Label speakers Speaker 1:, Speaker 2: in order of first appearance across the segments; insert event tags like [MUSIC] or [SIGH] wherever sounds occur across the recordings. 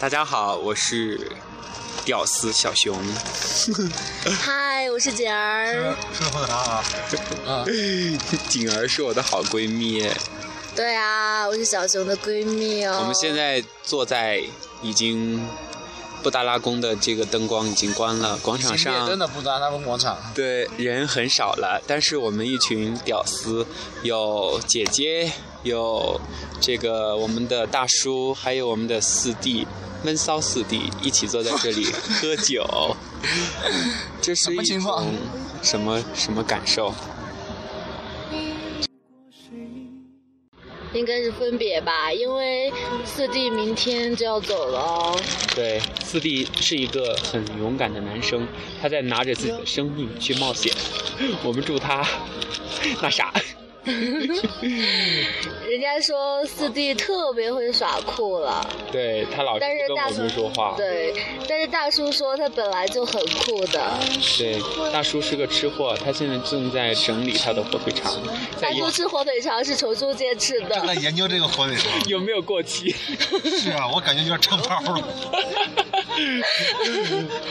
Speaker 1: 大家好，我是屌丝小 [LAUGHS] 熊。
Speaker 2: 嗨，我是景
Speaker 1: 嗯
Speaker 2: 儿。
Speaker 3: 说说啥啊？
Speaker 1: 啊，景儿是我的好闺蜜。
Speaker 2: 对啊，我是小熊的闺蜜哦。
Speaker 1: 我们现在坐在已经布达拉宫的这个灯光已经关了，广场
Speaker 3: 灭灯
Speaker 1: 上
Speaker 3: 的布达拉宫广场，
Speaker 1: 对人很少了，但是我们一群屌丝，有姐姐，有这个我们的大叔，还有我们的四弟。闷骚四弟一起坐在这 [LAUGHS] 里喝酒， [LAUGHS] 这是
Speaker 3: 什么
Speaker 1: 一
Speaker 3: 情况
Speaker 1: 种什么什么感受？
Speaker 2: 应该是分别吧，因为四弟明天就要走了哦。
Speaker 1: 对，四弟是一个很勇敢的男生，他在拿着自己的生命去冒险。 [LAUGHS] 我们祝他那啥，
Speaker 2: 人家说四弟特别会耍酷了，
Speaker 1: 对他老是
Speaker 2: 但是
Speaker 1: 不跟
Speaker 2: 大
Speaker 1: 我
Speaker 2: 叔
Speaker 1: 们说话。
Speaker 2: 对，但是大叔说他本来就很酷的。
Speaker 1: 对，大叔是个吃货，他现在正在整理他的火腿肠，在
Speaker 2: 大
Speaker 1: 研
Speaker 2: 叔吃火腿肠是虫中见吃
Speaker 3: 正在
Speaker 2: 的，
Speaker 3: 研究这个火腿肠。
Speaker 1: 有没有过期？
Speaker 3: 是啊，我感觉有点长包了。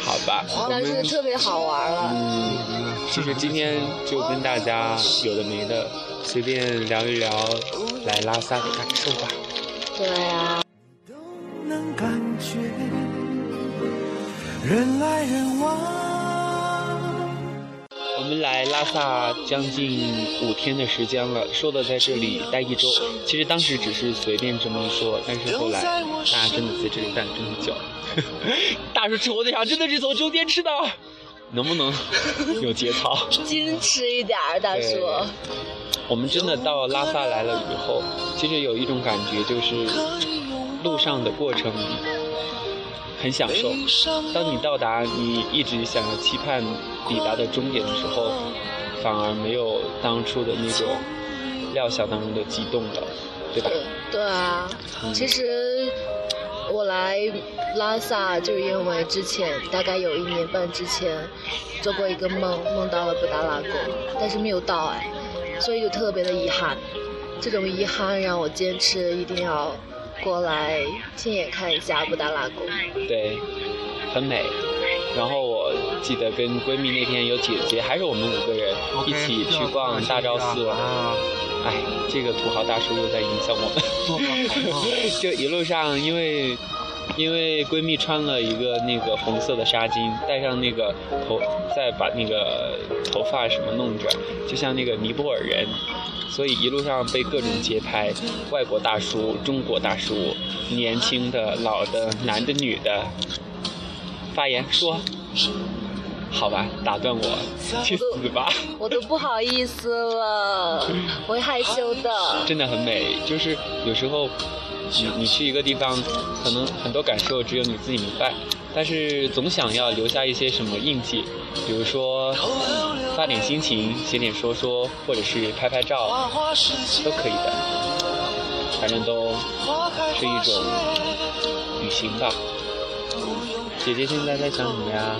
Speaker 1: 好吧，我
Speaker 2: 大叔
Speaker 1: 们
Speaker 2: 特别好玩了。
Speaker 1: 嗯，就是今天就跟大家有的没的随便聊一聊来拉萨的感受吧。嗯
Speaker 2: 对啊，
Speaker 4: 都能感觉人来人往。
Speaker 1: 我们来拉萨将近五天的时间了，说的在这里待一周。其实当时只是随便这么一说，但是后来大家真的在这里待了这么久。大叔吃火腿肠真的是从中间吃的，能不能有节操？
Speaker 2: 矜持一点儿，大叔。
Speaker 1: 我们真的到拉萨来了以后，其实有一种感觉就是路上的过程很享受。当你到达你一直想要期盼抵达的终点的时候，反而没有当初的那种料想当中的激动了，对吧？
Speaker 2: 对啊，
Speaker 3: 嗯
Speaker 2: 其实我来拉萨就是因为之前大概有一年半之前做过一个梦，梦到了布达拉宫，但是没有到哎，所以就特别的遗憾。这种遗憾让我坚持一定要过来亲眼看一下布达拉宫。
Speaker 3: 嗯
Speaker 1: 对，很美。然后我记得跟闺蜜那天有姐姐，还是我们五个人一起去逛大昭寺。
Speaker 3: 啊，
Speaker 1: 哎，这个土豪大叔又在影响我们。
Speaker 3: 做个好梦。
Speaker 1: [LAUGHS] 就一路上，因为因为闺蜜穿了一个那个红色的纱巾，戴上那个头，再把那个头发什么弄着，就像那个尼泊尔人，所以一路上被各种街拍，外国大叔、中国大叔、年轻的、老的、男的、女的，发言说。好吧，打断我，去死吧！
Speaker 2: 我都不好意思了，
Speaker 3: 嗯
Speaker 2: 我会害羞的。
Speaker 1: 真的很美。就是有时候你你去一个地方，可能很多感受只有你自己明白，但是总想要留下一些什么印记，比如说发点心情，写点说说，或者是拍拍照，都可以的。反正都是一种旅行吧。姐姐现在在想什么呀？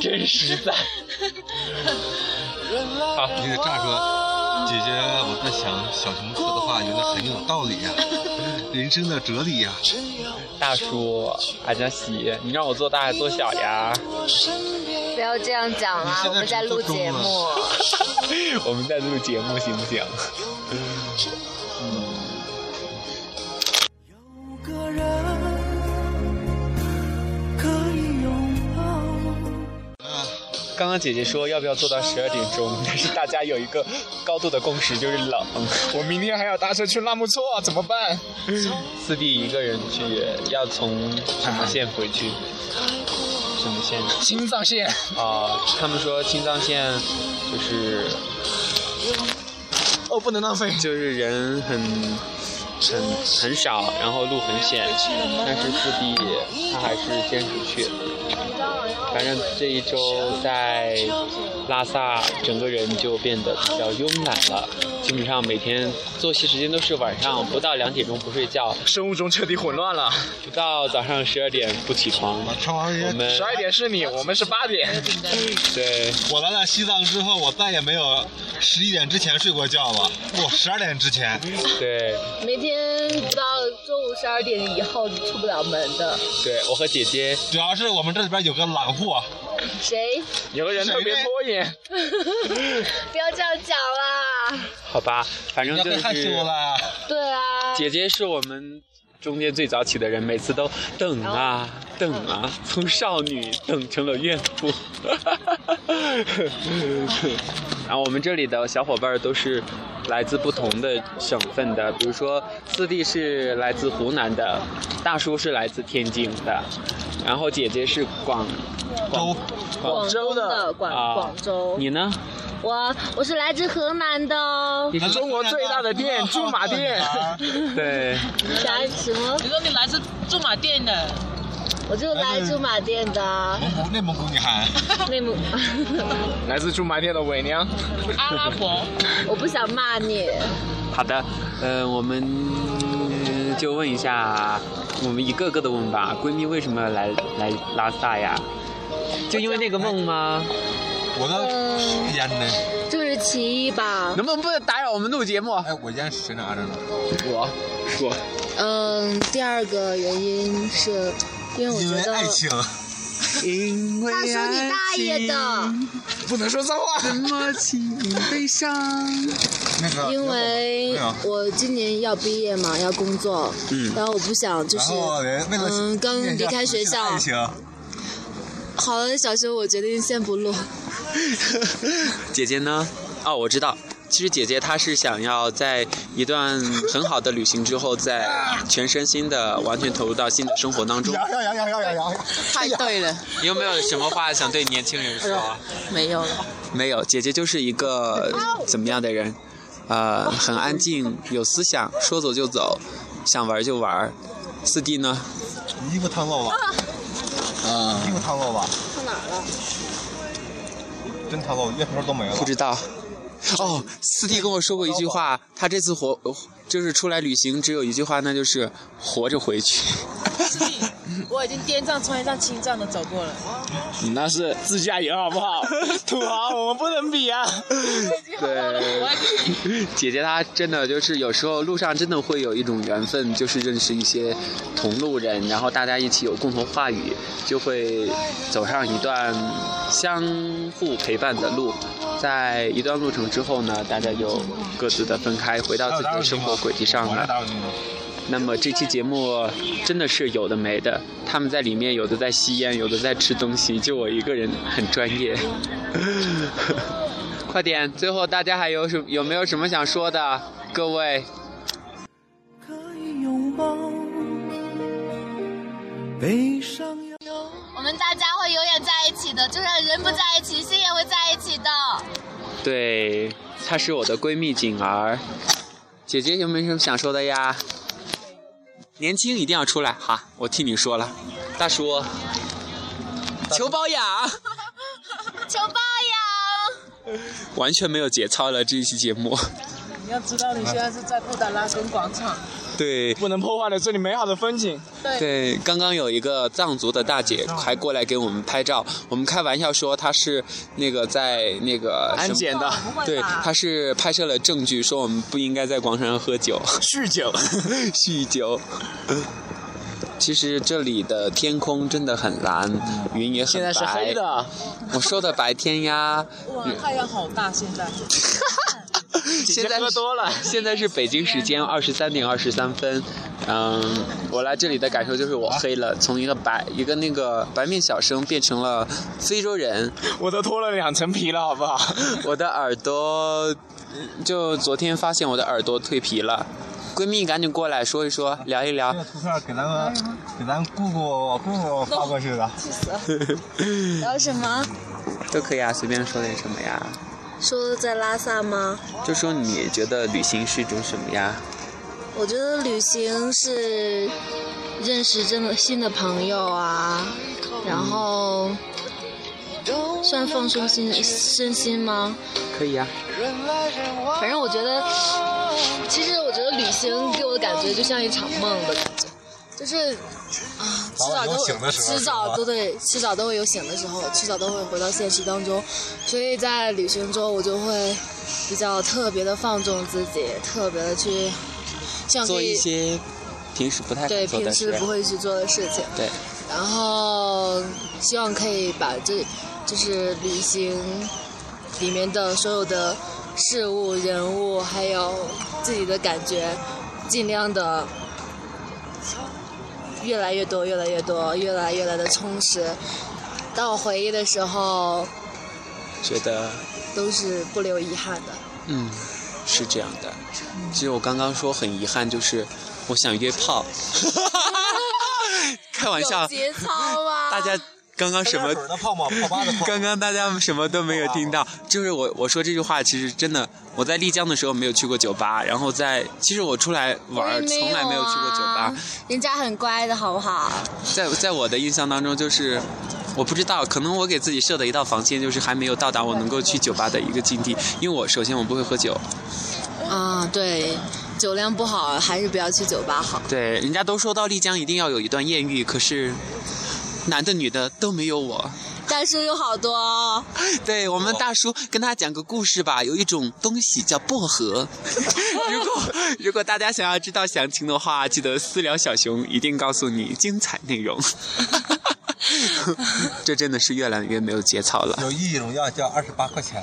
Speaker 1: 真实在。好，
Speaker 3: 你得这样说，姐姐，我在想小熊说的话原来很有道理呀、啊人生的哲理呀、啊
Speaker 1: 大叔，阿加西，你让我做大还做小 [LAUGHS] 呀？
Speaker 2: 不要这样讲啦，我
Speaker 3: 你
Speaker 2: 们
Speaker 3: 现
Speaker 2: 在
Speaker 3: 在
Speaker 2: 录
Speaker 3: 只做
Speaker 2: 节
Speaker 3: 中文
Speaker 2: 目。
Speaker 1: 我们在录节目行不行？
Speaker 4: 有个人可以拥抱。
Speaker 1: 刚刚姐姐说要不要做到十二点钟，但是大家有一个高度的共识就是冷。
Speaker 5: 我明天还要搭车去纳木错，怎么办？
Speaker 1: 四弟一个人去，要从什么县回去？什么县？
Speaker 5: 青藏线，
Speaker 1: 啊、他们说青藏线就是
Speaker 5: 哦，不能浪费。
Speaker 1: 就是人很很很少，然后路很险，但是四弟他还是呃坚持去。呃反正这一周在拉萨，整个人就变得比较慵懒了，基本上每天作息时间都是晚上不到两点钟不睡觉，
Speaker 5: 生物钟彻底混乱了。
Speaker 1: 不到早上十二点不起床。
Speaker 3: 我吃完
Speaker 1: 我
Speaker 3: 烟，
Speaker 1: 们
Speaker 5: [LAUGHS] 十二点是你，我们是八点。
Speaker 1: 对
Speaker 3: 我来了西藏之后，我再也没有十一点之前睡过觉了。我十二点之前，
Speaker 1: 对
Speaker 2: 每天到中午后十二点以后你出不了门的。
Speaker 1: 对我和姐姐，
Speaker 3: 主要是我们这里边有个懒货，
Speaker 2: 谁？
Speaker 5: 有个人特别拖延，
Speaker 2: 不要这样讲啦。
Speaker 1: 好吧，反正
Speaker 3: 要
Speaker 1: 就
Speaker 3: 被害羞
Speaker 1: 是
Speaker 3: 了。
Speaker 2: 对啊，
Speaker 1: 姐姐是我们中间最早起的人，每次都等啊
Speaker 2: 哦
Speaker 1: 等啊， [LAUGHS] 从少女等成了怨妇。 [LAUGHS] 然后我们这里的小伙伴都是来自不同的省份的，比如说四弟是来自湖南的，大叔是来自天津的，然后姐姐是广
Speaker 3: 周，
Speaker 2: 广东的广
Speaker 1: 啊
Speaker 2: 广州。
Speaker 1: 你
Speaker 2: [LAUGHS]
Speaker 1: 呢？
Speaker 2: 我我是来自河南的哦。
Speaker 1: 你是
Speaker 5: 中国最大的店驻马店，
Speaker 1: 对，
Speaker 2: 啥什么？
Speaker 6: 你说你来自驻马店的，
Speaker 2: 我就来驻马店的
Speaker 3: [LAUGHS] 蒙古内蒙古女孩，
Speaker 2: 内蒙。
Speaker 5: 来自驻马店的伪娘，
Speaker 6: 阿拉伯，
Speaker 2: [LAUGHS] 我不想骂你。
Speaker 1: 好的，呃，我们呃就问一下，我们一个个的问吧。闺蜜为什么来来拉萨呀？就因为那个梦吗？
Speaker 3: 我的烟呢？
Speaker 2: 就是其一吧。
Speaker 1: 能不能不打扰我们录节目？
Speaker 3: 哎，我烟是谁拿着呢？
Speaker 1: 我我
Speaker 2: 嗯，第二个原因是，因为我
Speaker 3: 因为
Speaker 2: 觉得
Speaker 3: 爱情，
Speaker 1: 因为
Speaker 2: 大叔你大爷的，
Speaker 5: 不能说脏话。
Speaker 1: 怎么情悲伤？
Speaker 3: 那个
Speaker 2: 因为我今年要毕业嘛，要工作，
Speaker 1: 嗯
Speaker 2: 然后我不想就
Speaker 3: 然
Speaker 2: 是
Speaker 3: 后人为了
Speaker 2: 嗯刚离开学校，
Speaker 3: 爱情，
Speaker 2: 好了，小熊，我决定先不录。
Speaker 1: 姐姐呢？哦，我知道。其实姐姐她是想要在一段很好的旅行之后，再全身心的完全投入到新的生活当中。
Speaker 3: 摇摇摇摇摇摇摇，
Speaker 6: 太对了，
Speaker 1: 你有没有什么话想对年轻人说啊？
Speaker 6: 没有了，
Speaker 1: 没有，姐姐就是一个怎么样的人？呃，很安静，有思想，说走就走，想玩就玩。四弟呢？
Speaker 3: 衣服烫漏了，啊
Speaker 1: 呃，
Speaker 3: 衣服烫漏了，
Speaker 2: 到啊哪儿了？
Speaker 3: 真烫漏，烟头都没了
Speaker 1: 不。知道。哦，四弟跟我说过一句话，他这次活就是出来旅行，只有一句话，那就是活着回去。
Speaker 6: [LAUGHS] 我已经滇藏、川藏、青藏的走过了，
Speaker 5: 你 [LAUGHS] 那是自驾游好
Speaker 1: [LAUGHS]
Speaker 5: 不好？土豪，我们不能比啊！
Speaker 1: 对，姐姐她真的就是有时候路上真的会有一种缘分，就是认识一些同路人，然后大家一起有共同话语，就会走上一段相互陪伴的路。在一段路程之后呢，大家就各自的分开，回到自己的生活轨迹上
Speaker 3: 我来
Speaker 1: 了。
Speaker 3: 打扰你了。
Speaker 1: 那么这期节目真的是有的没的，他们在里面有的在吸烟，有的在吃东西，就我一个人很专业。 [LAUGHS] 快点，最后大家还有什有没有什么想说的？各位，
Speaker 4: 可以拥抱，悲伤要。
Speaker 7: 我们大家会永远在一起的，就算人不在一起，心也会在一起的。
Speaker 1: 对，她是我的闺蜜锦儿，姐姐有没有什么想说的呀？年轻一定要出来哈，我替你说了，大叔，求包养，
Speaker 7: [LAUGHS] 求包养，
Speaker 1: 完全没有节操了这一期节目，
Speaker 6: 你要知道你现在是在布达拉宫广场，
Speaker 1: 对。
Speaker 5: 不能破坏了这里美好的风景。
Speaker 1: 对，刚刚有一个藏族的大
Speaker 6: 嗯
Speaker 1: 姐还过来给我们拍照，我们开玩笑说她是那个在那个什
Speaker 5: 安
Speaker 1: 么
Speaker 5: 检 [LAUGHS] 的
Speaker 6: 不会
Speaker 1: 对，
Speaker 6: 吧？
Speaker 1: 她是拍摄了证据，说我们不应该在广场上喝酒、
Speaker 5: 酗酒，
Speaker 1: 酗酒。其实这里的天空真的很蓝，云也很白。
Speaker 5: 现在是黑。的。
Speaker 1: 我说的白天
Speaker 5: [LAUGHS]
Speaker 1: 呀，
Speaker 6: 哇，太阳好大，现在
Speaker 1: 现在
Speaker 5: 姐姐喝多了
Speaker 1: 现在是北京时间二十三点二十三分。嗯，我来这里的感受就是我黑了，从一个白一个那个白面小生变成了非洲人。
Speaker 5: 我都脱了两层皮了，好 [LAUGHS] 不好？
Speaker 1: 我的耳朵，就昨天发现我的耳朵蜕皮了。闺蜜赶紧过来说一说，聊一聊
Speaker 3: 这。个图片给咱们给咱姑姑姑姑发过去的，
Speaker 2: 聊什么？
Speaker 1: 都可以啊，随便说点什么呀。
Speaker 2: 说在拉萨吗？
Speaker 1: 就说你觉得旅行是一种什么呀？
Speaker 2: 我觉得旅行是认识真的新的朋友啊，
Speaker 6: 嗯
Speaker 2: 然后算放松心身心吗？
Speaker 1: 可以啊，
Speaker 2: 反正我觉得，其实我觉得旅行给我的感觉就像一场梦的感觉，就是啊，迟早
Speaker 3: 早晚有
Speaker 2: 都
Speaker 3: 醒的时候
Speaker 2: 迟
Speaker 3: 是
Speaker 2: 早
Speaker 3: 吧
Speaker 2: 都对，迟早都会有醒的时候，迟早都会回到现实当中，所以在旅行中我就会比较特别的放纵自己，特别的去。像
Speaker 1: 做
Speaker 2: 可
Speaker 1: 一
Speaker 2: 以
Speaker 1: 些
Speaker 5: 平时不太
Speaker 2: 对
Speaker 5: 敢做
Speaker 2: 平
Speaker 5: 的
Speaker 2: 时
Speaker 5: 事。
Speaker 2: 不会去做的事情。
Speaker 5: 对，
Speaker 2: 然后希望可以把这就是旅行里面的所有的事物、人物，还有自己的感觉，尽量的越来越多、越来越多、越来越来的充实。当我回忆的时候，
Speaker 5: 觉得
Speaker 2: 都是不留遗憾的。
Speaker 5: 嗯，是这样的。其实我刚刚说很遗憾，就是我想约炮。 [LAUGHS] 开玩笑，
Speaker 7: 节操
Speaker 2: 啊
Speaker 7: 吗？
Speaker 5: 哎大家刚刚什么？
Speaker 3: 的泡沫，泡吧的泡。
Speaker 5: 刚刚大家什么都没有听到，就是我我说这句话，其实真的，我在丽江的时候没有去过酒吧，然后在其实我出来玩
Speaker 7: 我也
Speaker 5: 儿
Speaker 7: 没有啊
Speaker 5: 从来没有去过酒
Speaker 2: 嗯
Speaker 5: 吧，
Speaker 7: 人家很乖的好不好？
Speaker 5: 在在我的印象当中，就是我不知道，可能我给自己设的一道防线就是还没有到达我能够去酒吧的一个境地，因为我首先我不会喝酒，
Speaker 2: 啊、对，酒量不好，还是不要去酒吧好。
Speaker 5: 对，人家都说到丽江一定要有一段艳遇，可是男的女的都没有我。
Speaker 2: 但是有好多、哦。
Speaker 5: 对我们大叔跟他讲个故事吧，有一种东西叫薄荷。 [LAUGHS] 如果如果大家想要知道详情的话，记得私聊小熊，一定告诉你精彩内容。 [LAUGHS] 这真的是越来越没有节操了。 [LAUGHS]
Speaker 3: 有意义荣耀叫二十八块钱，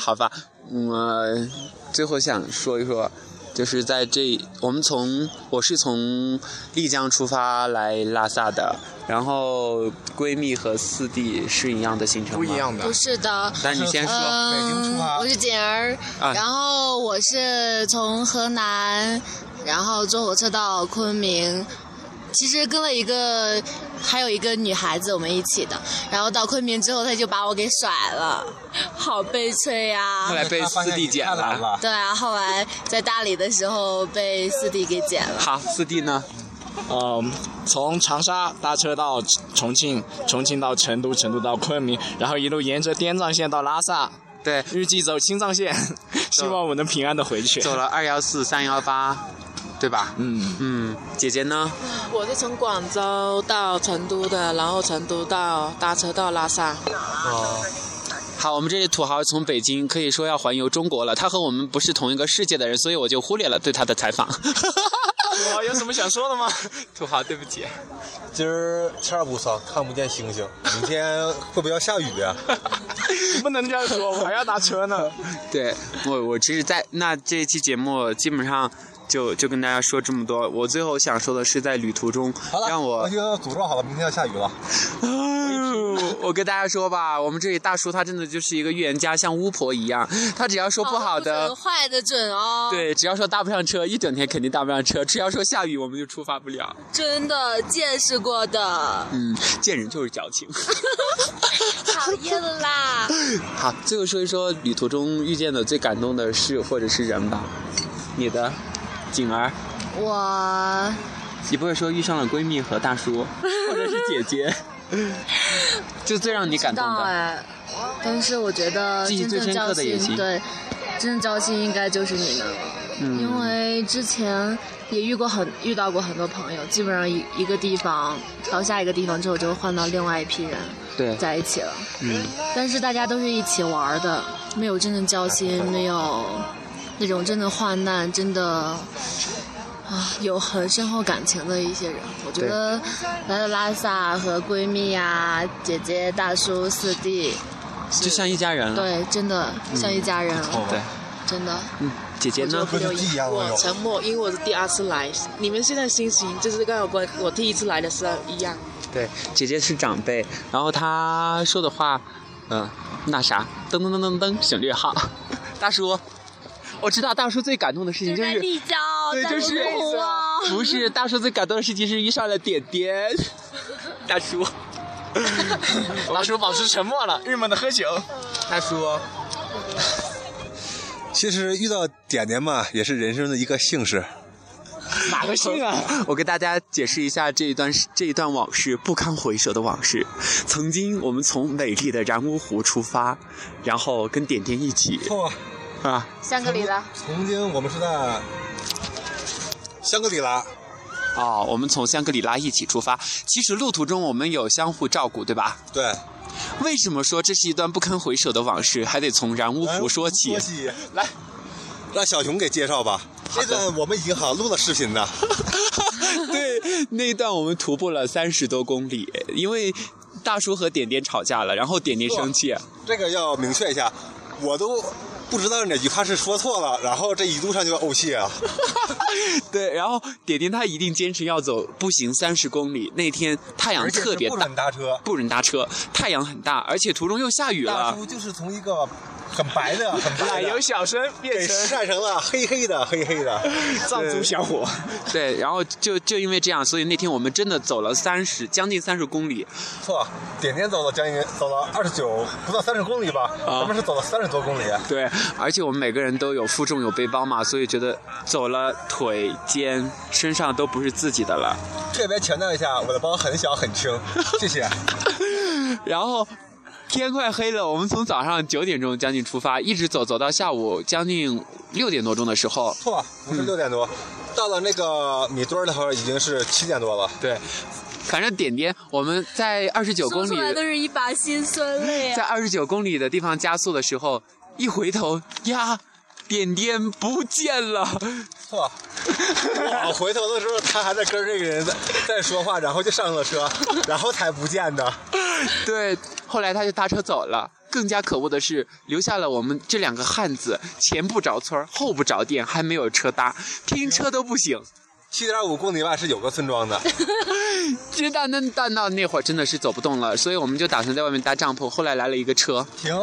Speaker 5: 好吧，嗯，呃最后想说一说，就是在这，我们从我是从丽江出发来拉萨的，然后闺蜜和四弟是一样的行程吗？。
Speaker 3: 的
Speaker 2: 不是的，
Speaker 5: 但你先说，
Speaker 3: 北京出发
Speaker 2: 嗯，我是锦儿，
Speaker 5: 啊
Speaker 2: 然后我是从河南，然后坐火车到昆明。其实跟了一个，还有一个女孩子，我们一起的。然后到昆明之后，她就把我给甩了， [LAUGHS] 好悲催呀、
Speaker 5: 后来被四弟捡了。
Speaker 3: 了。
Speaker 2: 对啊，后来在大理的时候被四弟给捡了。
Speaker 5: 好，四弟呢？
Speaker 8: 嗯，从长沙搭车到重庆，重庆到成都，成都到昆明，然后一路沿着滇藏线到拉萨，
Speaker 5: 对，
Speaker 8: 预计走青藏线，希望我能平安的回去。
Speaker 5: 走了二幺四三幺八，对吧？
Speaker 8: 嗯，
Speaker 5: 嗯，姐姐呢？
Speaker 6: 我是从广州到成都的，然后成都到搭车到拉萨。
Speaker 5: 哦好，我们这些土豪从北京可以说要环游中国了。他和我们不是同一个世界的人，所以我就忽略了对他的采
Speaker 6: [LAUGHS]
Speaker 5: 访。
Speaker 8: 我
Speaker 5: 哦
Speaker 8: 有什么想说的吗？
Speaker 5: 土豪，对不起。
Speaker 3: 今儿天儿不错，看不见星星。明天会不会要下雨啊？
Speaker 8: [LAUGHS] 不能这样说，我还要搭车呢。
Speaker 5: 对我，我其实在那这一期节目基本上就就跟大家说这么多。我最后想说的是，在旅途中
Speaker 3: 好了，
Speaker 5: 让我
Speaker 3: 我已经诅咒好了，明天要下雨了。
Speaker 8: 嗯
Speaker 5: 我我跟大家说吧，我们这里大叔他真的就是一个预言家，像巫婆一样，他只要说不好的。
Speaker 2: 坏的准哦， [LAUGHS]
Speaker 5: 对，只要说搭不上车，一整天肯定搭不上车。只要说下雨，我们就出发不了。
Speaker 2: 真的见识过
Speaker 5: [LAUGHS]
Speaker 2: 的，
Speaker 5: 嗯，见人就是矫
Speaker 2: [LAUGHS]
Speaker 5: 情。
Speaker 2: 讨厌了啦。
Speaker 5: 好，最后说一说旅途中遇见的最感动的事或者是人吧。你的，景儿，
Speaker 2: 我
Speaker 5: 你不会说遇上了闺蜜和大
Speaker 2: [LAUGHS]
Speaker 5: 叔，或者是姐姐，就最让你感动
Speaker 2: 到
Speaker 5: 的？
Speaker 2: 哎，但是我觉得
Speaker 5: 记忆
Speaker 2: 真
Speaker 5: 最
Speaker 2: 正
Speaker 5: 深
Speaker 2: 交
Speaker 5: 刻的也
Speaker 2: 心，
Speaker 5: 行
Speaker 2: 对，真正交心应该就是你们了，
Speaker 5: 嗯
Speaker 2: 因为之前也遇过很遇到过很多朋友，基本上一一个地方到下一个地方之后，就会换到另外一批人
Speaker 5: 对，
Speaker 2: 在一起了，
Speaker 5: 嗯，
Speaker 2: 但是大家都是一起玩儿的，没有真正交心，没有那种真的患难，真的啊有很深厚感情的一些人。我觉得来到拉萨和闺蜜啊、姐姐、大叔、四弟，
Speaker 5: 就像一嗯家人了。
Speaker 2: 对，真的像一家人了，
Speaker 5: 对，
Speaker 2: 真的。
Speaker 5: 嗯，姐姐呢？
Speaker 3: 跟你一样了
Speaker 6: 我
Speaker 3: 又。
Speaker 6: 沉默，因为我是第二次来。你们现在心情就是跟我我第一次来的时候一样。
Speaker 5: 对，姐姐是长辈，然后她说的话，嗯、那啥，噔噔噔噔噔，省略号。 [LAUGHS] 大叔，我知道大叔最感动的事情就是，
Speaker 7: 丽江，
Speaker 5: 对，就是不是大叔最感动的事情是遇上了点点。大叔，
Speaker 8: 大叔保持沉默了，郁闷的喝酒。
Speaker 5: 大叔，
Speaker 3: 其实遇到点点嘛，也是人生的一个幸事。
Speaker 8: [LAUGHS] 哪个姓啊？
Speaker 5: 我给大家解释一下这一段这一段往事，不堪回首的往事。曾经我们从美丽的然乌湖出发，然后跟点点一起
Speaker 3: 错，
Speaker 5: 啊，
Speaker 2: 香格里拉，
Speaker 3: 曾经我们是在香格里拉，
Speaker 5: 哦，我们从香格里拉一起出发。其实路途中我们有相互照顾，对吧？
Speaker 3: 对，
Speaker 5: 为什么说这是一段不堪回首的往事？还得从然乌湖说起
Speaker 3: [LAUGHS] 说。起来，让小熊给介绍吧。这个我们已经好像录了视频的，
Speaker 5: 对，那一段我们徒步了三十多公里，因为大叔和点点吵架了，然后点点生气，
Speaker 3: 这个要明确一下，我都不知道哪句话是说错了，然后这一路上就呕气啊。
Speaker 5: 对，然后点点他一定坚持要走步行三十公里。那天太阳
Speaker 3: 而且是
Speaker 5: 特别
Speaker 3: 不
Speaker 5: 大
Speaker 3: 准，搭车，
Speaker 5: 不准搭车，太阳很大，而且途中又下雨
Speaker 3: 大
Speaker 5: 了。
Speaker 3: 叔就是从一个很白的、很
Speaker 5: [LAUGHS]
Speaker 8: 奶
Speaker 5: 哎
Speaker 3: 白
Speaker 8: 油
Speaker 3: 的，
Speaker 8: 小生变 [LAUGHS]
Speaker 3: 给
Speaker 8: 成
Speaker 3: 晒成了黑黑的、黑黑的。
Speaker 8: [LAUGHS] 藏族小伙，
Speaker 5: 对，然后就就因为这样，所以那天我们真的走了三十将近三十公里。
Speaker 3: 错，点点走了将近走了二十九，不到三十公里吧，
Speaker 8: 啊
Speaker 3: 咱们是走了三十多公里。
Speaker 5: 对，而且我们每个人都有负重有背包嘛，所以觉得走了腿肩身上都不是自己的了。
Speaker 3: 这边强调一下，我的包很小很轻，谢谢。
Speaker 5: 然后天快黑了，我们从早上九点钟将近出发，一直走走到下午将近六点多钟的时候，
Speaker 8: [LAUGHS]
Speaker 3: 错，不是六点多，到了那个米堆儿的时候已经是七点多了。
Speaker 5: 对，反正点点我们在二十九公
Speaker 9: 说出来都
Speaker 5: 里，
Speaker 9: 是一把辛酸泪
Speaker 5: 在
Speaker 9: 啊！
Speaker 5: 二十九公里的地方加速的时候，一回头呀，点点不见了。
Speaker 8: [LAUGHS]
Speaker 3: 错，我回头的时候他还在跟这个人在在说话，然后就上了车，然后才不见的。
Speaker 5: 对，后来他就搭车走了。更加可恶的是，留下了我们这两个汉子前不着村儿后不着店，还没有车搭，拼车都不行。
Speaker 3: 七点五公里外是有个村庄的，
Speaker 5: 直到那到那那会儿真的是走不动了，所以我们就打算在外面搭帐篷。后来来了一个车，
Speaker 3: 停，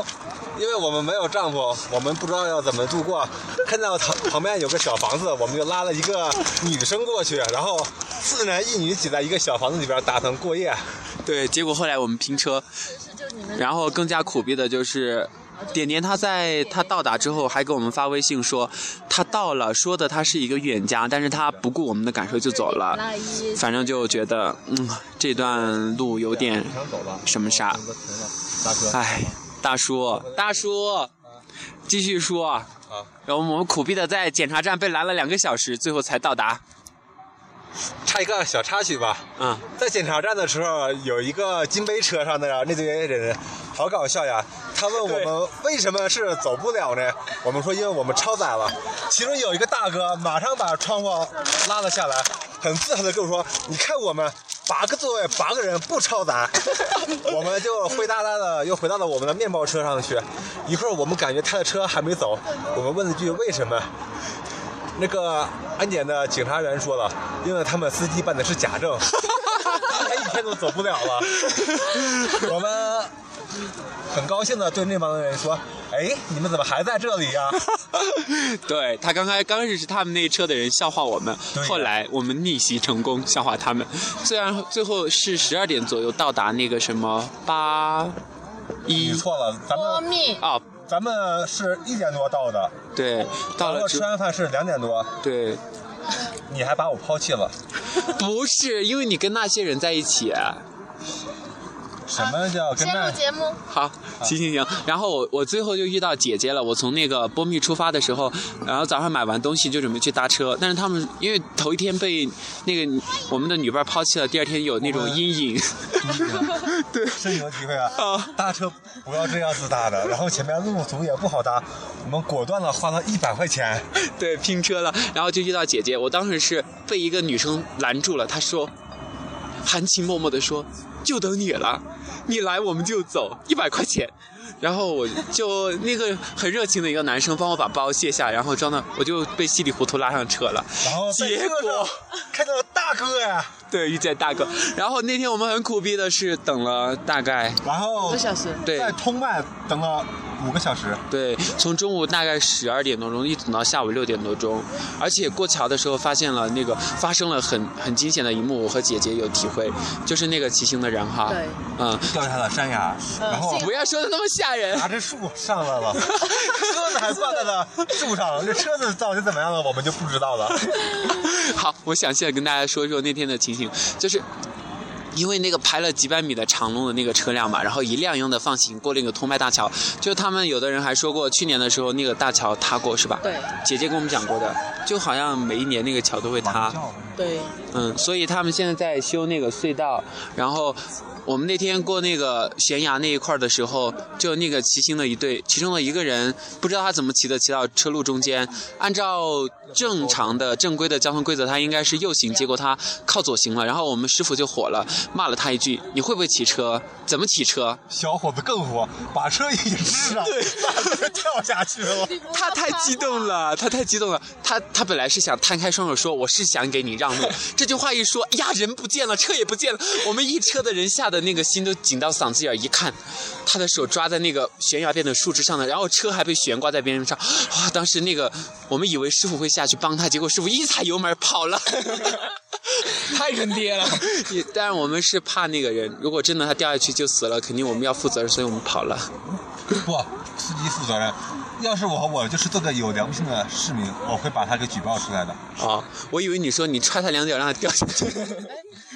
Speaker 3: 因为我们没有帐篷，我们不知道要怎么度过。看到旁旁边有个小房子，我们就拉了一个女生过去，然后四男一女挤在一个小房子里边打算过夜。
Speaker 5: 对，结果后来我们拼车，然后更加苦逼的就是。点点他在他到达之后还给我们发微信说他到了，说的他是一个远家，但是他不顾我们的感受就走了。反正就觉得嗯，这段路有点什么啥，
Speaker 3: 大哥，
Speaker 5: 哎，大叔，大叔，继续说。然后我们苦逼的在检查站被拦了两个小时，最后才到达。
Speaker 3: 插一个小插曲吧。
Speaker 5: 嗯， [LAUGHS]
Speaker 3: 在检查站的时候，啊有一个金杯车上的啊那堆人，好搞笑呀！他问我们为什么是走不了呢？我们说因为我们超载了。其中有一个大哥马上把窗户拉了下来，很自豪的跟我说：“你看我们八个座位，八个人不超载。”我们就灰哒哒的又回到了我们的面包车上去。一会儿我们感觉他的车还没走，我们问了句为什么。那个安检的警察员说了，因为他们司机办的是假证，他一天都走不了了。我们很高兴的对那帮人说：“哎，你们怎么还在这里呀、
Speaker 5: 对他刚开刚开始是他们那一车的人笑话我们
Speaker 3: 对，呀
Speaker 5: 后来我们逆袭成功，笑话他们。虽然最后是十二点左右到达那个什么八
Speaker 3: 你
Speaker 5: 一
Speaker 3: 错了，咱
Speaker 7: 波
Speaker 3: 们
Speaker 7: 蜜，
Speaker 5: 啊，
Speaker 3: 咱们是一点多到的，
Speaker 5: 对，到
Speaker 3: 然
Speaker 5: 了
Speaker 3: 后
Speaker 5: 之
Speaker 3: 吃完饭是两点多，
Speaker 5: 对，
Speaker 3: 你还把我抛弃了。
Speaker 5: 不是因为你跟那些人在一起。
Speaker 3: 什么叫跟
Speaker 7: 深入
Speaker 3: 那？
Speaker 7: 节目，
Speaker 5: [LAUGHS] 好，行行行。然后我我最后就遇到姐姐了。我从那个波密出发的时候，然后早上买完东西就准备去搭车，但是他们因为头一天被那个我们的女伴抛弃了，第二天有那种阴影。
Speaker 3: 深有体会啊！
Speaker 5: 啊
Speaker 3: 搭车不要这样子搭的，然后前面路途也不好搭，我们果断的花了一百块钱。
Speaker 5: 对，拼车了，然后就遇到姐姐。我当时是被一个女生拦住了，她说，含情脉脉地说，就等你了，你来我们就走，一百块钱。 [LAUGHS] 然后我就那个很热情的一个男生帮我把包卸下，然后装到我就被稀里糊涂拉上车了。
Speaker 3: 然后在
Speaker 5: 结
Speaker 3: 车上
Speaker 5: 果
Speaker 3: 看到大哥呀、
Speaker 5: 对遇见大哥，然后那天我们很苦逼的是等了大概
Speaker 3: 然后
Speaker 6: 一个小时，
Speaker 5: 对
Speaker 3: 在通麦等了五个小时，
Speaker 5: 对，从中午大概十二点多钟一直等到下午六点多钟，而且过桥的时候发现了那个发生了很很惊险的一幕，我和姐姐有体会，就是那个骑行的人哈，
Speaker 6: 对，
Speaker 5: 嗯，
Speaker 3: 掉下了山崖，然后
Speaker 5: 不要说的那么吓人
Speaker 3: 拿，着树上来 [LAUGHS] 了，车子还挂在了树 [LAUGHS] 上，这车子到底怎么样了，我们就不知道了。
Speaker 5: 好，我想现在跟大家说一说那天的情形，就是。因为那个排了几百米的长龙的那个车辆嘛，然后一辆一辆的放行过那个通麦大桥，就是他们有的人还说过，去年的时候那个大桥塌过是吧？
Speaker 6: 对，
Speaker 3: 啊
Speaker 5: 姐姐跟我们讲过的，就好像每一年那个桥都会塌，
Speaker 6: 对，
Speaker 5: 嗯，所以他们现在在修那个隧道，然后我们那天过那个悬崖那一块儿的时候，就那个骑行的一队，其中的一个人不知道他怎么骑的，骑到车路中间。按照正常的正规的交通规则，他应该是右行，结果他靠左行了，然后我们师傅就火了，骂了他一句：“你会不会骑车？怎么骑车？”
Speaker 3: 小伙子更火，把车一支上，那就跳下去了。 [LAUGHS]
Speaker 5: 他太激动了，他太激动了。他他本来是想摊开双手说我是想给你让 [LAUGHS] 路，这句话一说，哎呀，人不见了，车也不见了。我们一车的人吓得那个心都紧到嗓子眼儿，一看，他的手抓在那个悬崖边的树枝上呢，然后车还被悬挂在边上。哇，当时那个我们以为师傅会下去帮他，结果师傅一踩油门跑了。 [LAUGHS]
Speaker 8: 太坑爹了。
Speaker 5: 也但是我们是怕那个人，如果真的他掉下去就死了，肯定我们要负责任，所以我们跑了。
Speaker 3: 不，司机负责任。要是我，我就是这个有良心的市民，我会把他给举报出来的。
Speaker 5: 哦，我以为你说你踹他两脚让他掉下 [LAUGHS] 去，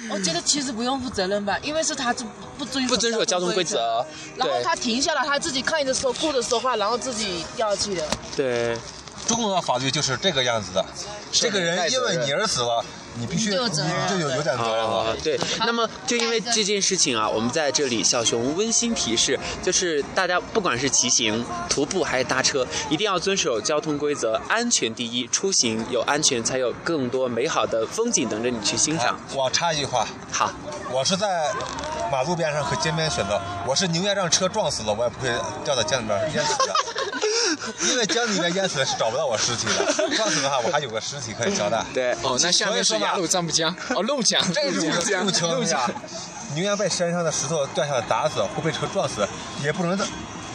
Speaker 6: 我觉得其实不用负责任吧，因为是他不不遵
Speaker 5: 嗯不遵守交通规则。啊
Speaker 6: 然后
Speaker 5: 对
Speaker 6: 他停下来，他自己看着说顾着说话，然后自己掉下去的。
Speaker 5: 对，啊
Speaker 3: 中国的法律就是这个样子的。这个人因为你而死了，你必须
Speaker 7: 你就有责任
Speaker 3: 你就有有点责任了。
Speaker 5: 啊，对。那么就因为
Speaker 7: 下一个
Speaker 5: 这件事情啊，我们在这里小熊温馨提示，就是大家不管是骑行、徒步还是搭车，一定要遵守交通规则，安全第一，出行有安全才有更多美好的风景等着你去欣
Speaker 3: 哎
Speaker 5: 赏。
Speaker 3: 我插一句话，
Speaker 5: 好，
Speaker 3: 我是在马路边上和街边选择，我是宁愿让车撞死了，我也不会掉在江里边淹死的。因为江里面淹死了是找不到我尸体的，撞死的话我还有个尸体可以交代。
Speaker 5: 对，
Speaker 8: 哦，那下面是雅鲁藏布江，哦，怒江，
Speaker 3: 入
Speaker 8: 怒江，
Speaker 3: 入
Speaker 8: 怒
Speaker 3: 坑呀
Speaker 8: 江，！
Speaker 3: 宁愿被山上的石头掉下来打死，或被车撞死，也不能在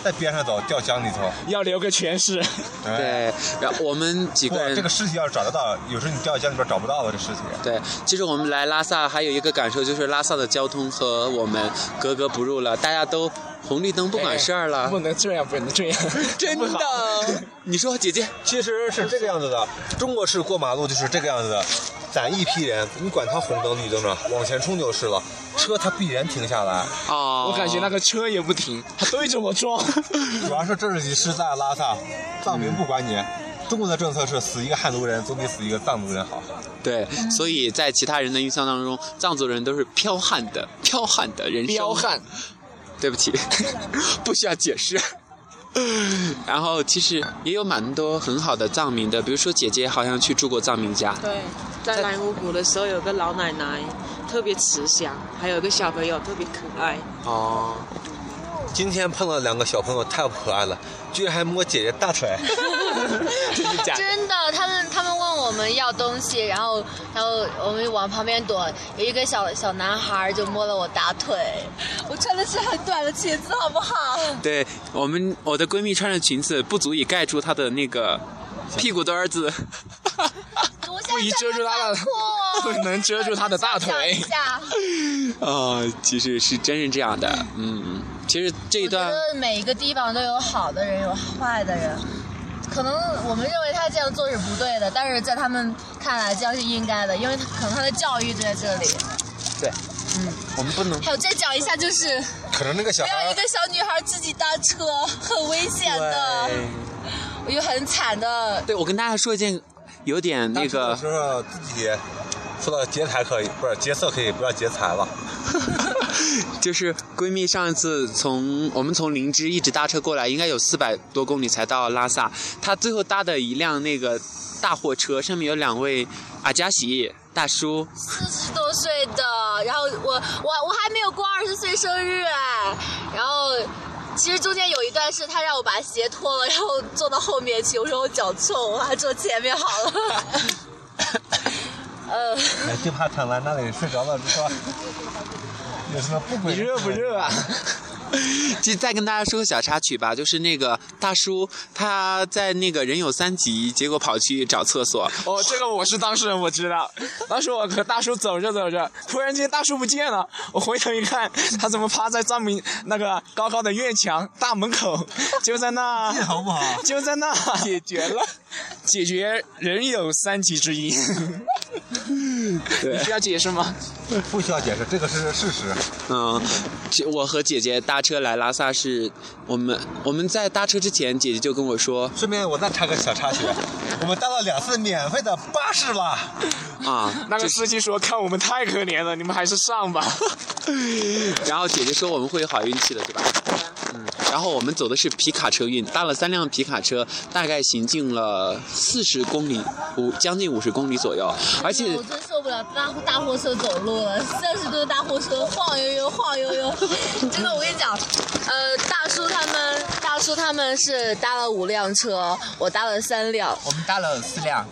Speaker 3: 在边上走掉江里头。
Speaker 8: 要留个全尸。
Speaker 3: 对
Speaker 5: 对。然后我们几
Speaker 3: 不
Speaker 5: 个
Speaker 3: 过
Speaker 5: 人
Speaker 3: 这个尸体要是找得到，有时候你掉江里边找不到了这尸体。
Speaker 5: 对，其实我们来拉萨还有一个感受就是拉萨的交通和我们格格不入了，大家都红绿灯不管事儿了
Speaker 8: [LAUGHS] 不，能这样，不能这样， [LAUGHS]
Speaker 5: 真
Speaker 8: 不好。
Speaker 5: 的。 [LAUGHS] 你说姐姐，
Speaker 3: 其实是这个样子的，中国式过马路就是这个样子的，咱一批人，你管他红灯绿灯呢，往前冲就是了，车它必然停下来。
Speaker 5: 哦，
Speaker 8: 我感觉那个车也不停，他对着我撞。
Speaker 3: 主要是这是是在拉萨，藏民不管你。中国的政策是死一个汉族人总比死一个藏族人好。
Speaker 5: 对，所以在其他人的印象当中，藏族人都是彪悍的，彪悍的人生。
Speaker 8: 彪悍，
Speaker 5: 对不起， [LAUGHS] 不需要解释。 [LAUGHS] 然后其实也有蛮多很好的藏民的，比如说姐姐好像去住过藏民家，
Speaker 6: 对，在南五谷的时候，有个老奶奶特别慈祥，还有一个小朋友特别可爱。
Speaker 5: 哦，
Speaker 3: 今天碰到两个小朋友太不可爱了，居然还摸姐姐大腿。
Speaker 5: 真的假的？
Speaker 7: 真的，他们他们问我们要东西，然后然后我们往旁边躲，有一个小小男孩就摸了我大腿， [LAUGHS] 我穿的是很短的裙子，好不好？
Speaker 5: 对我们，我的闺蜜穿着裙子不足以盖住她的那个屁股墩儿子。
Speaker 7: 我现
Speaker 8: 不宜
Speaker 7: 在
Speaker 8: 遮住他的
Speaker 7: 穿短，
Speaker 5: [LAUGHS]
Speaker 7: 裤
Speaker 8: 不能遮住他的大
Speaker 7: 想一 [LAUGHS]
Speaker 8: 腿。
Speaker 7: 下，
Speaker 5: 啊，其实是真是这样的，嗯，其实这一
Speaker 7: 我觉
Speaker 5: 段
Speaker 7: 得每一个地方都有好的人，有坏的人。可能我们认为他这样做是不对的，但是在他们看来这样是应该的，因为他可能他的教育就在这里。嗯
Speaker 5: 我们不能
Speaker 7: 还有再讲一下，就是
Speaker 3: 可能那个小
Speaker 7: 不要
Speaker 3: 孩
Speaker 7: 一个小女孩自己搭车，很危险的，
Speaker 5: 对，
Speaker 7: 我有很惨的。
Speaker 5: 对我跟大家说一件有点那个
Speaker 3: 到时候自己说到劫财可以，不是劫色可以，不要劫财了。
Speaker 5: 就是闺蜜上一次从我们从林芝一直搭车过来，应该有四百多公里才到拉萨。她最后搭的一辆那个大货车，上面有两位阿加西大叔。 [LAUGHS]
Speaker 7: 四十多岁的，然后我我我还没有过二十岁生日哎，然后其实中间有一段是他让我把鞋脱了，然后坐到后面去，我说我脚臭，我还坐前面好了。 [LAUGHS] 呃，
Speaker 3: 哎就怕躺在那里睡着了， [LAUGHS] 说有什么不轨？
Speaker 8: 你热不热啊？
Speaker 5: 就再跟大家说个小插曲吧，就是那个大叔他在那个人有三急，结果跑去找厕所，
Speaker 8: 哦，这个我是当事人，我知
Speaker 6: [LAUGHS]
Speaker 8: 道。当时我和大叔走着走着，突然间大叔不见了，我回头一看，他怎么趴在藏民那个高高的院墙大门口，就在
Speaker 5: [LAUGHS]
Speaker 8: 那，
Speaker 3: [LAUGHS] 好不好？
Speaker 8: [LAUGHS] 就在那啊解决了，解决人有三急之一。你需要解释吗？
Speaker 3: 不需要解释，这个是事实。
Speaker 5: 嗯，这我和姐姐搭车来拉萨是，我们我们在搭车之前，姐姐就跟我说，
Speaker 3: 顺便我再插个小插曲，我们搭了两次免费的巴士了，
Speaker 5: 啊、 [LAUGHS]
Speaker 8: 那个
Speaker 5: 就
Speaker 8: 司机说：“看我们太可怜了，你们还是上吧。
Speaker 5: 然后姐姐说我们会有好运气的，对吧？嗯，然后我们走的是皮卡车运，搭了三辆皮卡车，大概行进了四十公里，五将近五十公里左右，而且
Speaker 2: 我真受不了大货大货车走路了，三十吨大货车晃悠悠晃悠 [LAUGHS] 悠。这个我跟你讲，呃，大叔他们大叔他们是搭了五辆车，我搭了三辆，
Speaker 5: 我们搭了四辆，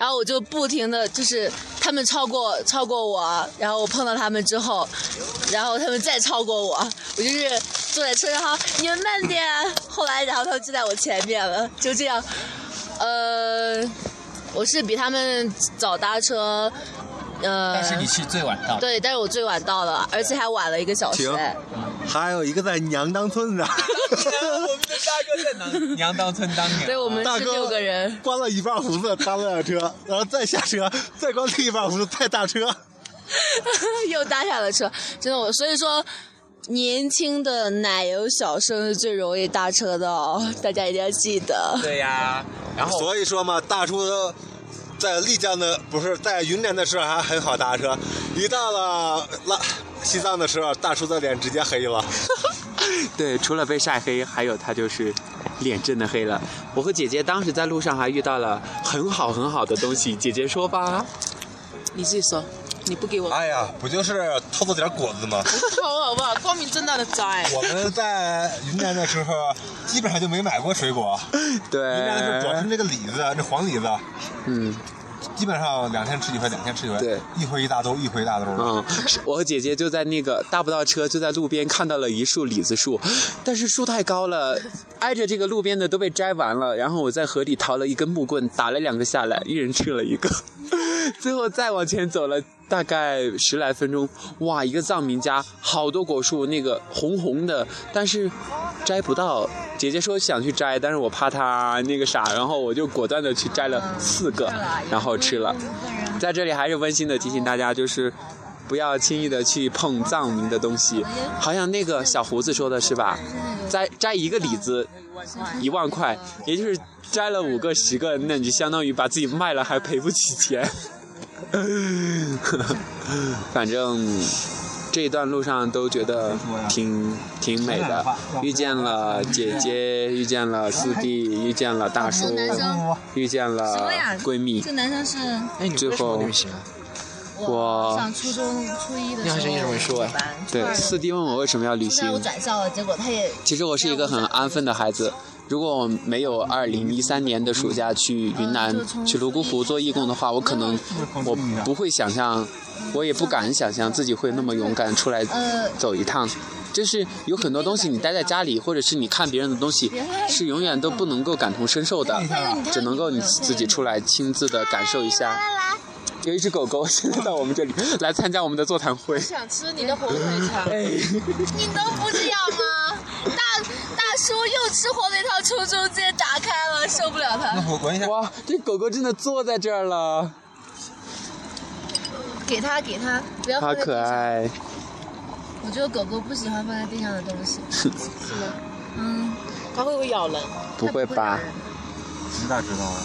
Speaker 2: 然后我就不停的就是他们超过超过我，然后我碰到他们之后，然后他们再超过我，我就是坐在车上哈，你们慢点。啊后来然后他们就在我前面了，就这样，呃，我是比他们早搭车，呃，
Speaker 5: 是最晚到。
Speaker 2: 对，但是我最晚到了，而且还晚了一个小时。
Speaker 3: 停
Speaker 2: 哎
Speaker 3: 还有一个在娘当村 [LAUGHS] 的，
Speaker 5: 我们的大哥在娘娘当村当年
Speaker 2: 对，我们
Speaker 3: 大
Speaker 2: 是
Speaker 3: 哥
Speaker 2: 六个人， [LAUGHS]
Speaker 3: 刮了一半胡子搭了辆车，然后再下车，再刮另一半胡子再搭车。
Speaker 2: 又搭上了车，真的我，所以说。年轻的奶油小生是最容易搭车的哦，大家一定要记得。
Speaker 5: 对呀，然后
Speaker 3: 所以说嘛，大叔在丽江的不是在云南的时候还很好搭车，一到了拉西藏的时候，大叔的脸直接黑了。
Speaker 5: 对，除了被晒黑，还有他就是脸真的黑了。我和姐姐当时在路上还遇到了很好很好的东西，姐姐说吧，
Speaker 6: 你自己说，你不给我
Speaker 3: 哎呀，不就是偷了点果子吗？
Speaker 6: 偷好不好？光明正大的摘。
Speaker 3: 我们在云南的时候，基本上就没买过水果。云南的时候主要是那
Speaker 5: 对，
Speaker 3: 个李子，那黄李子，
Speaker 5: 嗯
Speaker 3: 基本上两天吃一回，两天吃一回，
Speaker 5: 对，
Speaker 3: 一回一大兜，一回一大兜。
Speaker 5: 嗯，是我和姐姐就在那个搭不到车，就在路边看到了一树李子树，但是树太高了，挨着这个路边的都被摘完了。然后我在河里淘了一根木棍，打了两个下来，一人吃了一个。 [LAUGHS] 最后再往前走了大概十来分钟，哇，一个藏民家好多果树，那个红红的，但是摘不到。姐姐说想去摘，但是我怕她那个啥，然后我就果断的去摘了四个，然后吃了。在这里还是温馨的提醒大家，就是。不要轻易的去碰藏民的东西，好像那个小胡子说的是吧？摘摘一个李子，一万块，也就是摘了五个、十个，那你就相当于把自己卖了，还赔不起钱。 [LAUGHS] 反正这一段路上都觉得挺挺美的，遇见了姐姐，遇见了四弟，遇见了大叔，遇见了闺蜜。
Speaker 2: 男生是
Speaker 8: [LAUGHS] 哎，你
Speaker 5: 最
Speaker 8: 为什么
Speaker 5: 后
Speaker 8: 那么行？
Speaker 5: 我
Speaker 2: 上初中初一的
Speaker 8: 你
Speaker 2: 时
Speaker 8: 好
Speaker 2: 候
Speaker 8: 像一直没说哎
Speaker 2: 补班
Speaker 5: 对，四弟问我为什么要旅
Speaker 2: 初三我
Speaker 5: 行，
Speaker 2: 转校了，结果他也
Speaker 5: 其实我是一个很安分的孩子。如果我没有2013年的暑假去云南去泸沽湖做义工的话，我可能我
Speaker 3: 啊
Speaker 5: 不会想象，我也不敢想象自己会那么勇敢出来
Speaker 2: 呃
Speaker 5: 走一趟。就是有很多东西，你待在家里，或者是你看别人的东西，是永远都不能够感同身受的，只能够你自己出来亲自的感受一下。有一只狗狗现在到我们这里来参加我们的座谈会，
Speaker 6: 想吃你的火腿肠。
Speaker 2: 你能不这样吗？大大叔又吃火腿肠，冲中间打开了，受不了他，
Speaker 3: 我闻一下，
Speaker 5: [LAUGHS] 哇，这狗狗真的坐在这儿了。
Speaker 2: 给他给他，不要
Speaker 5: 好
Speaker 2: 放在地
Speaker 5: 可
Speaker 2: 上。
Speaker 5: 爱，
Speaker 2: 我觉得狗狗不喜欢放在地上的东西，是吗？嗯，
Speaker 6: 它会不会咬人？
Speaker 5: 不会吧？
Speaker 3: 你咋知道啊？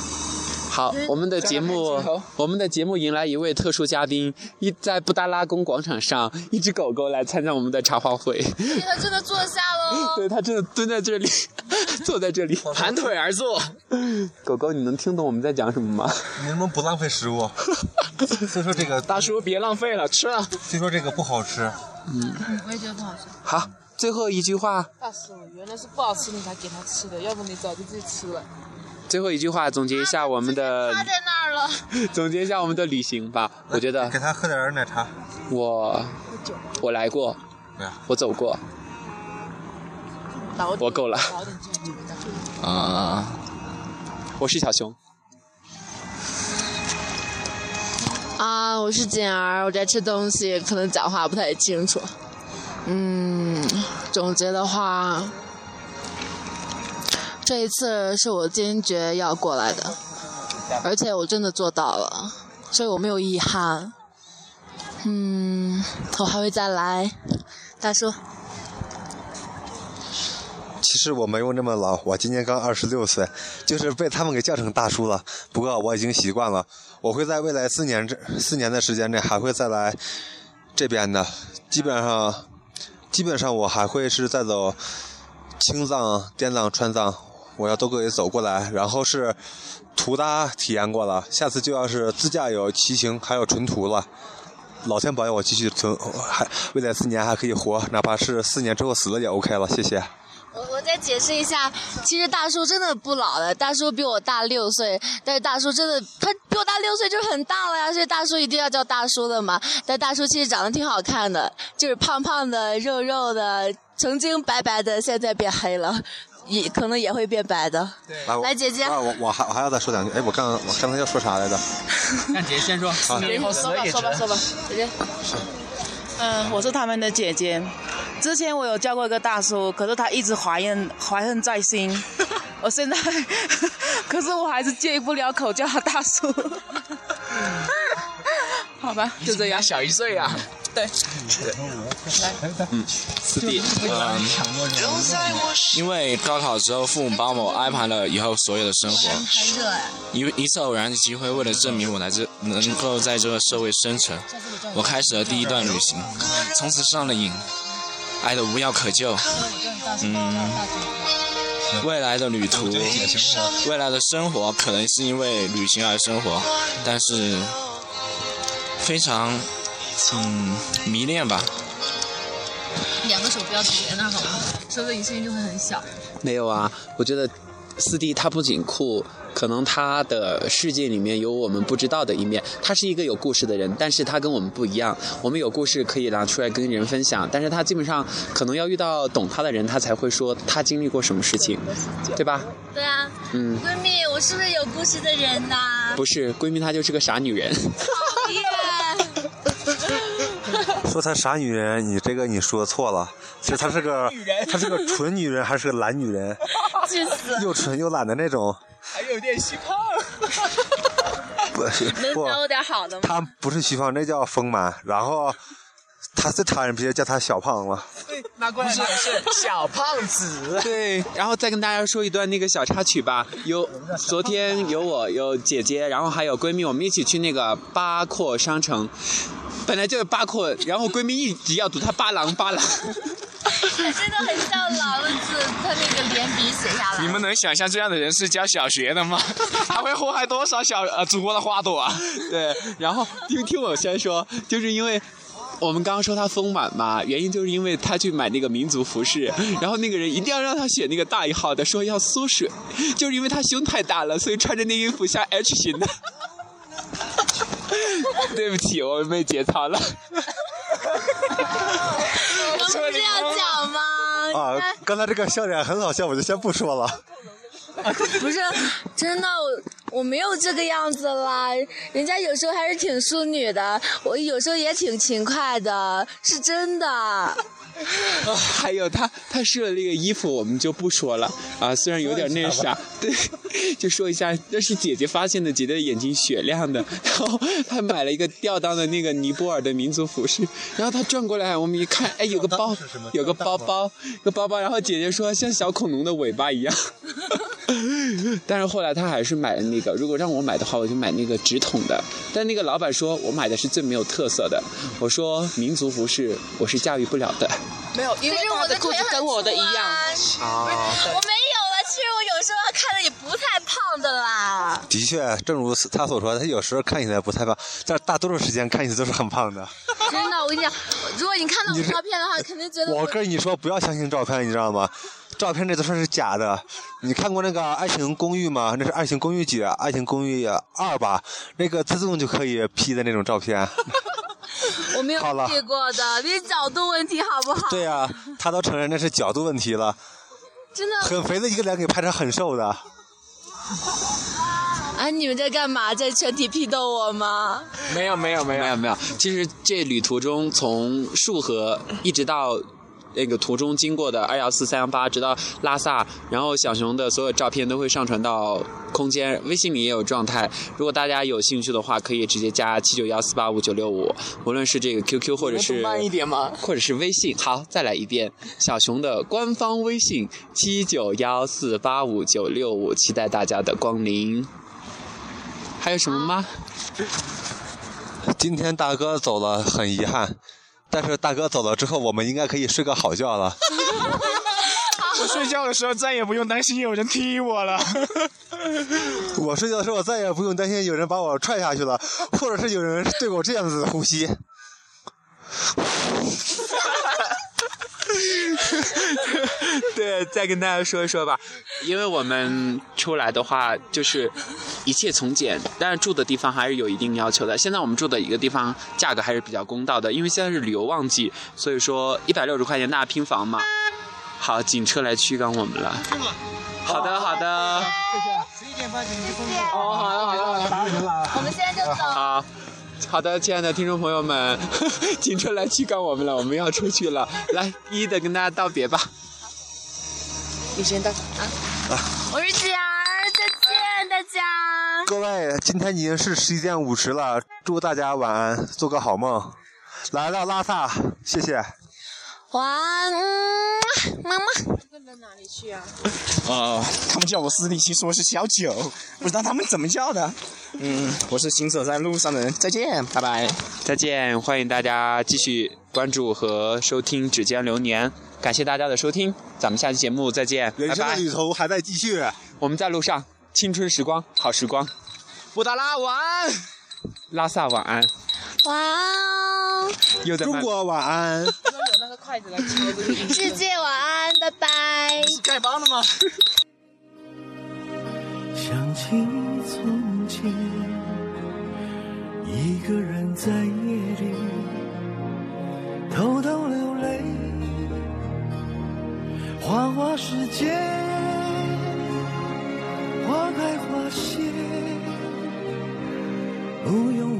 Speaker 5: 好，我们的节目，我们的节目迎来一位特殊嘉宾，一在布达拉宫广场上，一只狗狗来参加我们的茶话会。
Speaker 2: 因为它真的坐下喽。
Speaker 5: [LAUGHS] 对，它真的蹲在这里， [LAUGHS] 坐在这里。
Speaker 8: 盘腿而坐，
Speaker 5: 狗狗，你能听懂我们在讲什么吗？
Speaker 3: 你能不能不浪费食物？虽说这个
Speaker 8: 大叔别浪费了，吃了。
Speaker 3: 虽说这个不好吃，
Speaker 2: 我也觉得不好吃。
Speaker 5: 好，最后一句话，
Speaker 6: 大叔，原来是不好吃你才给它吃的，要不你早就自己吃了。
Speaker 5: 最后一句话，总结一下我们的，
Speaker 2: 趴在那儿了，
Speaker 5: [LAUGHS] 总结一下我们的旅行吧。我觉得
Speaker 3: 给他喝点奶茶。
Speaker 5: 我，我来过
Speaker 3: 对啊，
Speaker 5: 我走过，
Speaker 6: 老
Speaker 5: 我够了。
Speaker 6: 老点就知道。
Speaker 5: 啊，我是小熊。
Speaker 6: 啊，我是锦儿，我在吃东西，可能讲话不太清楚。嗯，总结的话，这一次是我坚决要过来的，而且我真的做到了，所以我没有遗憾。嗯，我还会再来。大叔，其实我没有那么老，我今年刚二十六岁，就是被他们给叫成大叔了。不过我已经习惯了，我会在未来四年这四年的时间内还会再来这边的。基本上，基本上我还会是再走青藏、滇藏、川藏，我要都给走过来。然后是途搭体验过了，下次就要是自驾游、骑行还有纯途了。老天保佑我继续存，还未来四年还可以活，哪怕是四年之后死了也 OK 了，谢谢。
Speaker 2: 我我再解释一下，其实大叔真的不老了，大叔比我大六岁，但是大叔真的他比我大六岁就是很大了呀，所以大叔一定要叫大叔的嘛。但大叔其实长得挺好看的，就是胖胖的、肉肉的，曾经白白的，现在变黑了，也可能也会变白的。
Speaker 6: 来，我
Speaker 2: 来姐姐
Speaker 6: 啊，我我还我还要再说两句。哎，我刚我刚才要说啥来着？
Speaker 8: 看姐姐先说，四年以后死
Speaker 4: 说
Speaker 8: 了
Speaker 4: 吧
Speaker 8: 也值
Speaker 4: 说。吧说吧，姐姐。嗯，我是他们的姐姐。之前我有叫过一个大叔，可是他一直怀恨怀恨在
Speaker 8: [LAUGHS]
Speaker 4: 心。我现在， [LAUGHS] 可是我还是戒不了口叫他大叔。 [LAUGHS] 好吧，就这样。
Speaker 8: 小一岁啊，
Speaker 10: 嗯
Speaker 5: 四弟，嗯，
Speaker 10: 因为高考之后，父母帮我安排了以后所有的生活。一一次偶然的机会，为了证明我来这能够在这个社会生存，我开始了第一段旅行，从此上了瘾，爱的无药可救。嗯，未来的旅途，未来的生活，可能是因为旅行而生活，但是非常嗯迷恋吧。
Speaker 4: 两个手不要举在那儿好吗？说不定你声音就会很小。
Speaker 5: 没有啊，我觉得四弟他不仅酷，可能他的世界里面有我们不知道的一面。他是一个有故事的人，但是他跟我们不一样。我们有故事可以拿出来跟人分享，但是他基本上可能要遇到懂他的人，他才会说他经历过什么事情，对吧？
Speaker 2: 对啊，
Speaker 5: 嗯，
Speaker 2: 闺蜜，我是不是有故事的人呐、
Speaker 5: 不是，闺蜜她就是个傻女人。
Speaker 2: 讨厌，
Speaker 6: 说她傻女人，你这个你说错了，其实她是个她是个纯女人，还是个懒女人，
Speaker 2: 去死！
Speaker 6: 又蠢又懒的那种。
Speaker 8: 还有点虚胖。
Speaker 6: 不是不，
Speaker 4: 点好的？
Speaker 6: 她不是虚胖，那叫丰满。然后她最讨厌别人叫她小胖了。
Speaker 8: 拿过来是是小胖子，
Speaker 5: [LAUGHS] 对，然后再跟大家说一段那个小插曲吧。有昨天有我有姐姐，然后还有闺蜜，我们一起去那个八廓商城，本来就是八廓，然后闺蜜一直要读它八郎八郎。
Speaker 2: 真的很像老子，他那个连笔写下来。
Speaker 8: 你们能想象这样的人是教小学的 [LAUGHS] 吗？他会祸害多少小呃祖国的花朵啊？
Speaker 5: [LAUGHS] 对，然后听听我先说，就是因为。我们刚刚说她丰满嘛，原因就是因为她去买那个民族服饰，然后那个人一定要让她选那个大一号的，说要缩水，就是因为她胸太大了，所以穿着那衣服像 H 型的。 [LAUGHS] 对不起，我们被节操了。
Speaker 2: 能不这样讲吗？
Speaker 6: 啊，
Speaker 8: 哎
Speaker 6: 刚才这个笑点很好笑，我就先不说了。
Speaker 2: 不是，真的，我我没有这个样子啦。人家有时候还是挺淑女的，我有时候也挺勤快的，是真的。
Speaker 5: 啊还有他他试了那个衣服，我们就不说了啊，虽然有点那啥， [LAUGHS] 对，就说一下，那是姐姐发现的，姐姐的眼睛雪亮的， [LAUGHS] 然后她买了一个吊裆的那个尼泊尔的民族服饰，然后她转过来，我们一看，哎，有个包，有个包包，有个包包，然后姐姐说像小恐龙的尾巴一样。 [LAUGHS] 但是后来她还是买了那个，如果让我买的话，我就买那个直筒的。但那个老板说我买的是最没有特色的，我说民族服饰我是驾驭不了的。
Speaker 4: 没有，因为
Speaker 2: 可是
Speaker 4: 他
Speaker 2: 我
Speaker 4: 的裤
Speaker 2: 腿
Speaker 4: 子
Speaker 2: 很
Speaker 4: 跟我的一
Speaker 2: 粗
Speaker 4: 样。
Speaker 2: 啊我没有了，其实我有时候看的也不太胖的啦。
Speaker 6: 的确，正如他所说，他有时候看起来不太胖，但是大多数时间看起来都是很胖的。
Speaker 2: 真的，我跟你讲，如果你看到我
Speaker 6: 你是
Speaker 2: 照片的话，肯定觉得
Speaker 6: 我跟你说，不要相信照片，你知道吗？照片这都算是假的。你看过那个《爱情公寓》吗？那是《爱情公寓几》《啊爱情公寓二》吧？那个自动就可以 P 的那种照片。
Speaker 2: 我没有
Speaker 6: 好了
Speaker 2: 剃过的，你角度问题好不
Speaker 3: [LAUGHS]
Speaker 2: 好？
Speaker 6: 对呀、他都承认那是角度问题了。
Speaker 2: 真的，
Speaker 6: 很肥的一个脸给拍成很
Speaker 3: [LAUGHS]
Speaker 6: 瘦的，
Speaker 2: 哎，你们在干嘛？在全体批斗我吗？
Speaker 8: [LAUGHS] 没有没有没
Speaker 5: 没有没有，其实这旅途中从束河一直到那个途中经过的二幺四三幺八，直到拉萨，然后小熊的所有照片都会上传到空间，微信里也有状态。如果大家有兴趣的话，可以直接加七九幺四八五九六五，无论是这个 QQ 或者是
Speaker 8: 慢一点吗？
Speaker 5: 或者是微信。好，再来一遍，小熊的官方微信七九幺四八五九六五，期待大家的光临。还有什么吗？
Speaker 3: 今天大哥走了，呃很遗憾，但是大哥走了之后，我们应该可以睡个好觉了。
Speaker 8: 我睡觉的时候再也不用担心有人踢我了。
Speaker 3: [LAUGHS] 我睡觉的时候，我再也不用担心有人把我踹下去了， [LAUGHS] 或者是有人对我这样子的呼吸。 [LAUGHS]
Speaker 5: [LAUGHS] 对，再跟大家说一说吧，因为我们出来的话就是一切从简，但是住的地方还是有一定要求的。现在我们住的一个地方价格还是比较公道的，因为现在是旅游旺季，所以说 [LAUGHS] 一百六十块钱大拼房嘛。好，警车来驱赶我们了。好的，好的。
Speaker 7: 谢谢。哦，
Speaker 5: 好的，好的。
Speaker 3: 打扰您了。
Speaker 7: 我们现在就走。
Speaker 5: 好。好的，亲爱的听众朋友们， [LAUGHS] 警车来驱赶我们了，我们要出去了。来，一一的跟大家道别吧。
Speaker 6: 你先到。
Speaker 7: 我是景儿，再见大家。
Speaker 3: 各位，今天已经是十一点五十了，祝大家晚安，做个好梦。来到拉萨，谢谢。
Speaker 7: 晚安，么么。
Speaker 6: 哪里去啊？
Speaker 8: 哦，他们叫我私底下说是小九，不知道他们怎么叫的。嗯，我是行走在路上的人，再见，拜拜。
Speaker 5: 再见，欢迎大家继续关注和收听《指尖流年》，感谢大家的收听，咱们下期节目再见，拜
Speaker 3: 人生的
Speaker 5: 拜。
Speaker 3: 旅途还在继续。
Speaker 5: 我们在路上，青春时光，好时光。
Speaker 8: 布达拉晚安，
Speaker 5: 拉萨晚安，
Speaker 7: 晚安哦，
Speaker 5: 又在
Speaker 3: 中
Speaker 5: 曼
Speaker 3: 国晚安。
Speaker 6: 有那个筷子来敲这个音。
Speaker 7: 世界晚安，拜拜。
Speaker 8: 是丐帮的吗？
Speaker 4: 想起从前，一个人在夜里偷偷流泪，花花世界，花开花谢，不用